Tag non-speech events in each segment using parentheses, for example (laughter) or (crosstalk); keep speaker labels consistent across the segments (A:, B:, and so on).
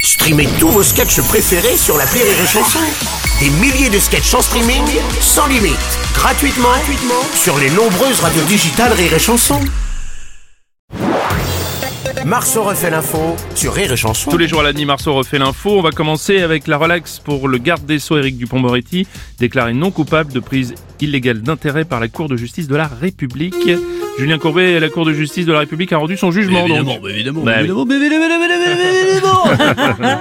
A: Streamez tous vos sketchs préférés sur la Rire et Chanson. Des milliers de sketchs en streaming, sans limite, gratuitement, gratuitement sur les nombreuses radios digitales Rire et Chanson. Marceau refait l'info sur Rire et Chanson.
B: Tous les jours à la nuit, Marceau refait l'info. On va commencer avec la relaxe pour le garde des Sceaux Éric Dupont-Moretti, déclaré non coupable de prise illégale d'intérêt par la Cour de justice de la République. Julien Courbet, la Cour de justice de la République a rendu son jugement.
C: Évidemment,
B: donc.
C: mais évidemment,
B: Bah
C: mais évidemment, mais évidemment, mais évidemment, mais évidemment, mais évidemment.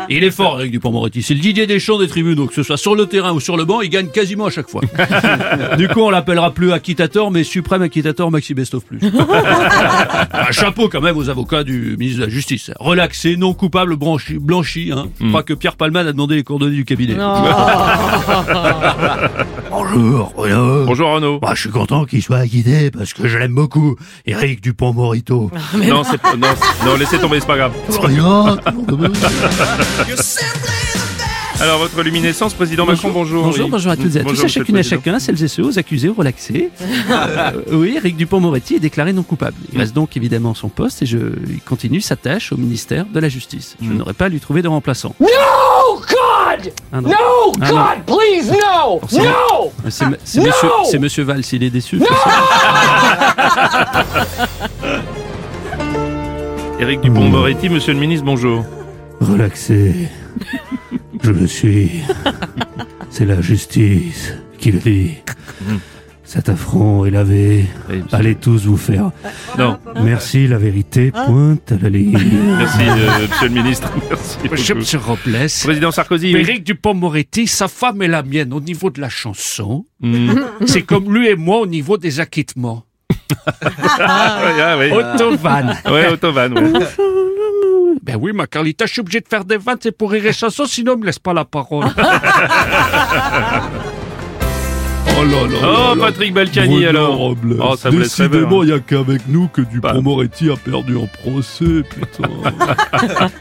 C: (laughs) Il est fort, Eric Dupond-Moretti. C'est le Didier Deschamps des tribunaux, que ce soit sur le terrain ou sur le banc, il gagne quasiment à chaque (laughs) fois. du coup, on l'appellera plus Acquittator, mais Suprême Acquittator Maxi Bestov (laughs) plus. Un chapeau quand même aux avocats du ministre de la Justice. Relaxé, non coupable, branchi, blanchi. Hein. Je crois que Pierre Palman a demandé les coordonnées du cabinet. (laughs) Bonjour. Bruno.
B: Bonjour Renaud.
C: Bah, je suis content qu'il soit acquitté parce que je l'aime beaucoup. Eric Dupont-Morito.
B: Non, c'est pas- non, c'est- non, laissez tomber, c'est pas
D: (laughs)
B: grave.
D: Oh,
B: Alors votre luminescence, président Macron, bonjour.
D: Bonjour,
B: Oui.
D: bonjour à toutes et à tous,
B: Bonjour,
D: à
B: monsieur le
D: chacune et à
B: président.
D: chacun, celles et ceux aux accusés, aux relaxés.
E: (laughs)
D: Euh, oui, Eric Dupont-Moretti est déclaré non coupable. Il reste donc évidemment à son poste et je, il continue sa tâche au ministère de la Justice.
B: Mm.
D: Je n'aurais pas à lui trouver de remplaçant.
E: No, Oh, God!
D: Ah non.
E: No,
D: Ah non.
E: God, please, no!
D: c'est-
E: No! Ah!
D: C'est m- c'est
E: Non
D: monsieur, c'est monsieur Valls, il est déçu.
B: (laughs) Éric Dupont-Moretti, monsieur le ministre, bonjour.
C: Relaxé. Je le
D: (laughs)
C: suis. C'est la justice qui le dit. Cet affront est lavé.
B: Mm. Oui,
C: Allez tous vous faire.
E: Ah.
B: Non,
C: Merci, la vérité
E: Hein?
C: pointe à la ligne.
B: merci euh, monsieur le ministre. (laughs) Merci. beaucoup.
C: Robles.
B: Président Sarkozy. oui.
C: Éric Dupont-Moretti, sa femme et la mienne, au niveau de la chanson,
B: Mm.
C: (laughs) c'est comme lui et moi au niveau des acquittements.
B: Ah, oui.
C: Autovan.
B: Ouais, Autovan. ouais.
C: (laughs) Ben oui, ma Carlita, je suis obligé de faire des ventes, c'est pour Rire et Chanson, sinon on me laisse pas la
B: (laughs)
C: parole. oh là là.
B: Oh, Patrick Balkany,
C: Bruno
B: alors.
C: Robles.
B: Oh, ça me laisse rêveur,
C: Décidément,
B: hein.
C: il n'y a qu'avec nous que
B: Bah.
C: Dupont-Moretti a perdu en procès,
B: (laughs)
C: putain.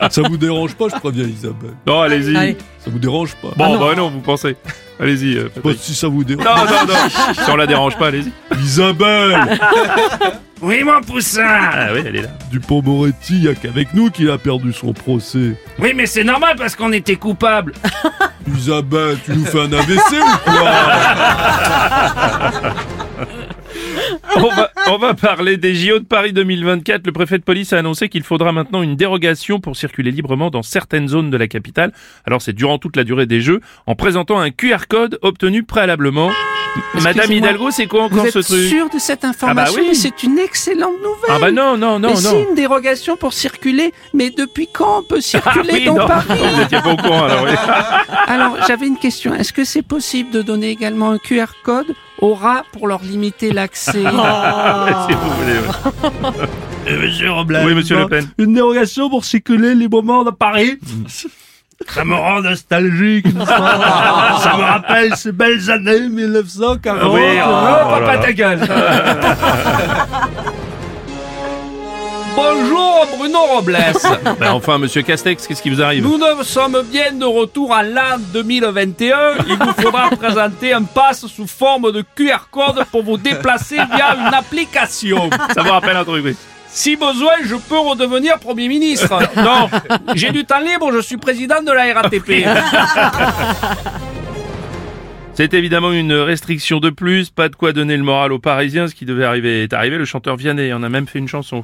C: ça vous dérange pas, je préviens Isabelle.
B: Non, allez-y.
C: Ça vous dérange pas
B: Bon, bah non, vous pensez. Allez-y. euh,
C: Bah,
B: Patrick.
C: si ça vous dérange.
B: Non, non, non. Si on la dérange pas, allez-y.
C: Isabelle
B: Oui, mon poussin. Ah oui, elle est là.
C: Dupont-Moretti, il n'y a qu'avec nous qu'il a perdu son procès.
B: Oui, mais c'est normal parce qu'on était coupables.
C: Isabelle, tu nous fais un AVC ou quoi
B: On va, on va parler des JO de Paris 2024. Le préfet de police a annoncé qu'il faudra maintenant une dérogation pour circuler librement dans certaines zones de la capitale. Alors c'est durant toute la durée des Jeux, en présentant un QR code obtenu préalablement. Madame
D: Excusez-moi,
B: Hidalgo, c'est quoi
D: Vous
B: encore ce
D: êtes
B: truc Ah bah
D: sûr de cette information
B: oui.
D: Mais C'est une excellente nouvelle.
B: Ah bah non, non, non,
D: mais
B: non.
D: si, une dérogation pour circuler, mais depuis quand on peut
B: Ah
D: circuler
B: oui,
D: dans
B: non,
D: Paris
B: (laughs) vous étiez pas au courant alors. oui.
D: Alors, j'avais une question. Est-ce que c'est possible de donner également un QR code aux rats pour leur
B: (laughs)
D: limiter l'accès Ah.
B: Si vous voulez, ouais.
C: Monsieur Robles.
B: Oui, Euh, monsieur Le Pen.
C: Une dérogation pour circuler les moments de Paris. Ça me rend nostalgique. une fois. (laughs) ça me rappelle ces belles années 1940.
B: Ah oui, oh, oh là là.
C: ta gueule.
D: Bonjour Bruno Robles
B: Bah, enfin, monsieur Castex, qu'est-ce qui vous arrive
D: Nous ne sommes bien de retour à l'an 2021. Il vous faudra (laughs) présenter un pass sous forme de QR code pour vous déplacer via une application.
B: Ça vous rappelle un truc, oui.
D: Si besoin, je peux redevenir Premier ministre.
B: (laughs)
D: Non, j'ai du temps libre, je suis président de la RATP.
B: C'est évidemment une restriction de plus, pas de quoi donner le moral aux Parisiens, ce qui devait arriver est arrivé, le chanteur Vianney en a même fait une chanson.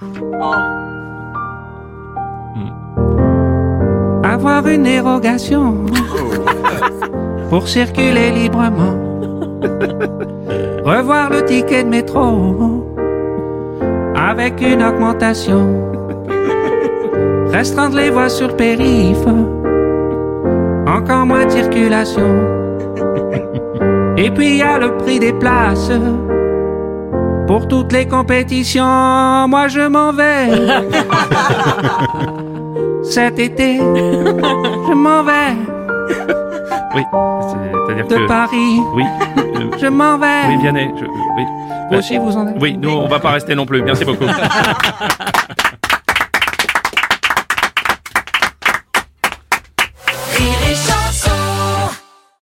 D: Avoir une dérogation pour circuler librement. Revoir le ticket de métro avec une augmentation. Restreindre les voies sur le périph. Encore moins de circulation. Et puis il y a le prix des places. Pour toutes les compétitions, moi je m'en vais. Cet été, je m'en vais
B: Oui, c'est-à-dire
D: de
B: que...
D: Paris.
B: Oui, euh,
D: Je m'en vais.
B: oui, Vianney, je- oui.
D: Vous aussi, vous en avez.
B: Oui, nous, on va pas rester non plus. Merci beaucoup.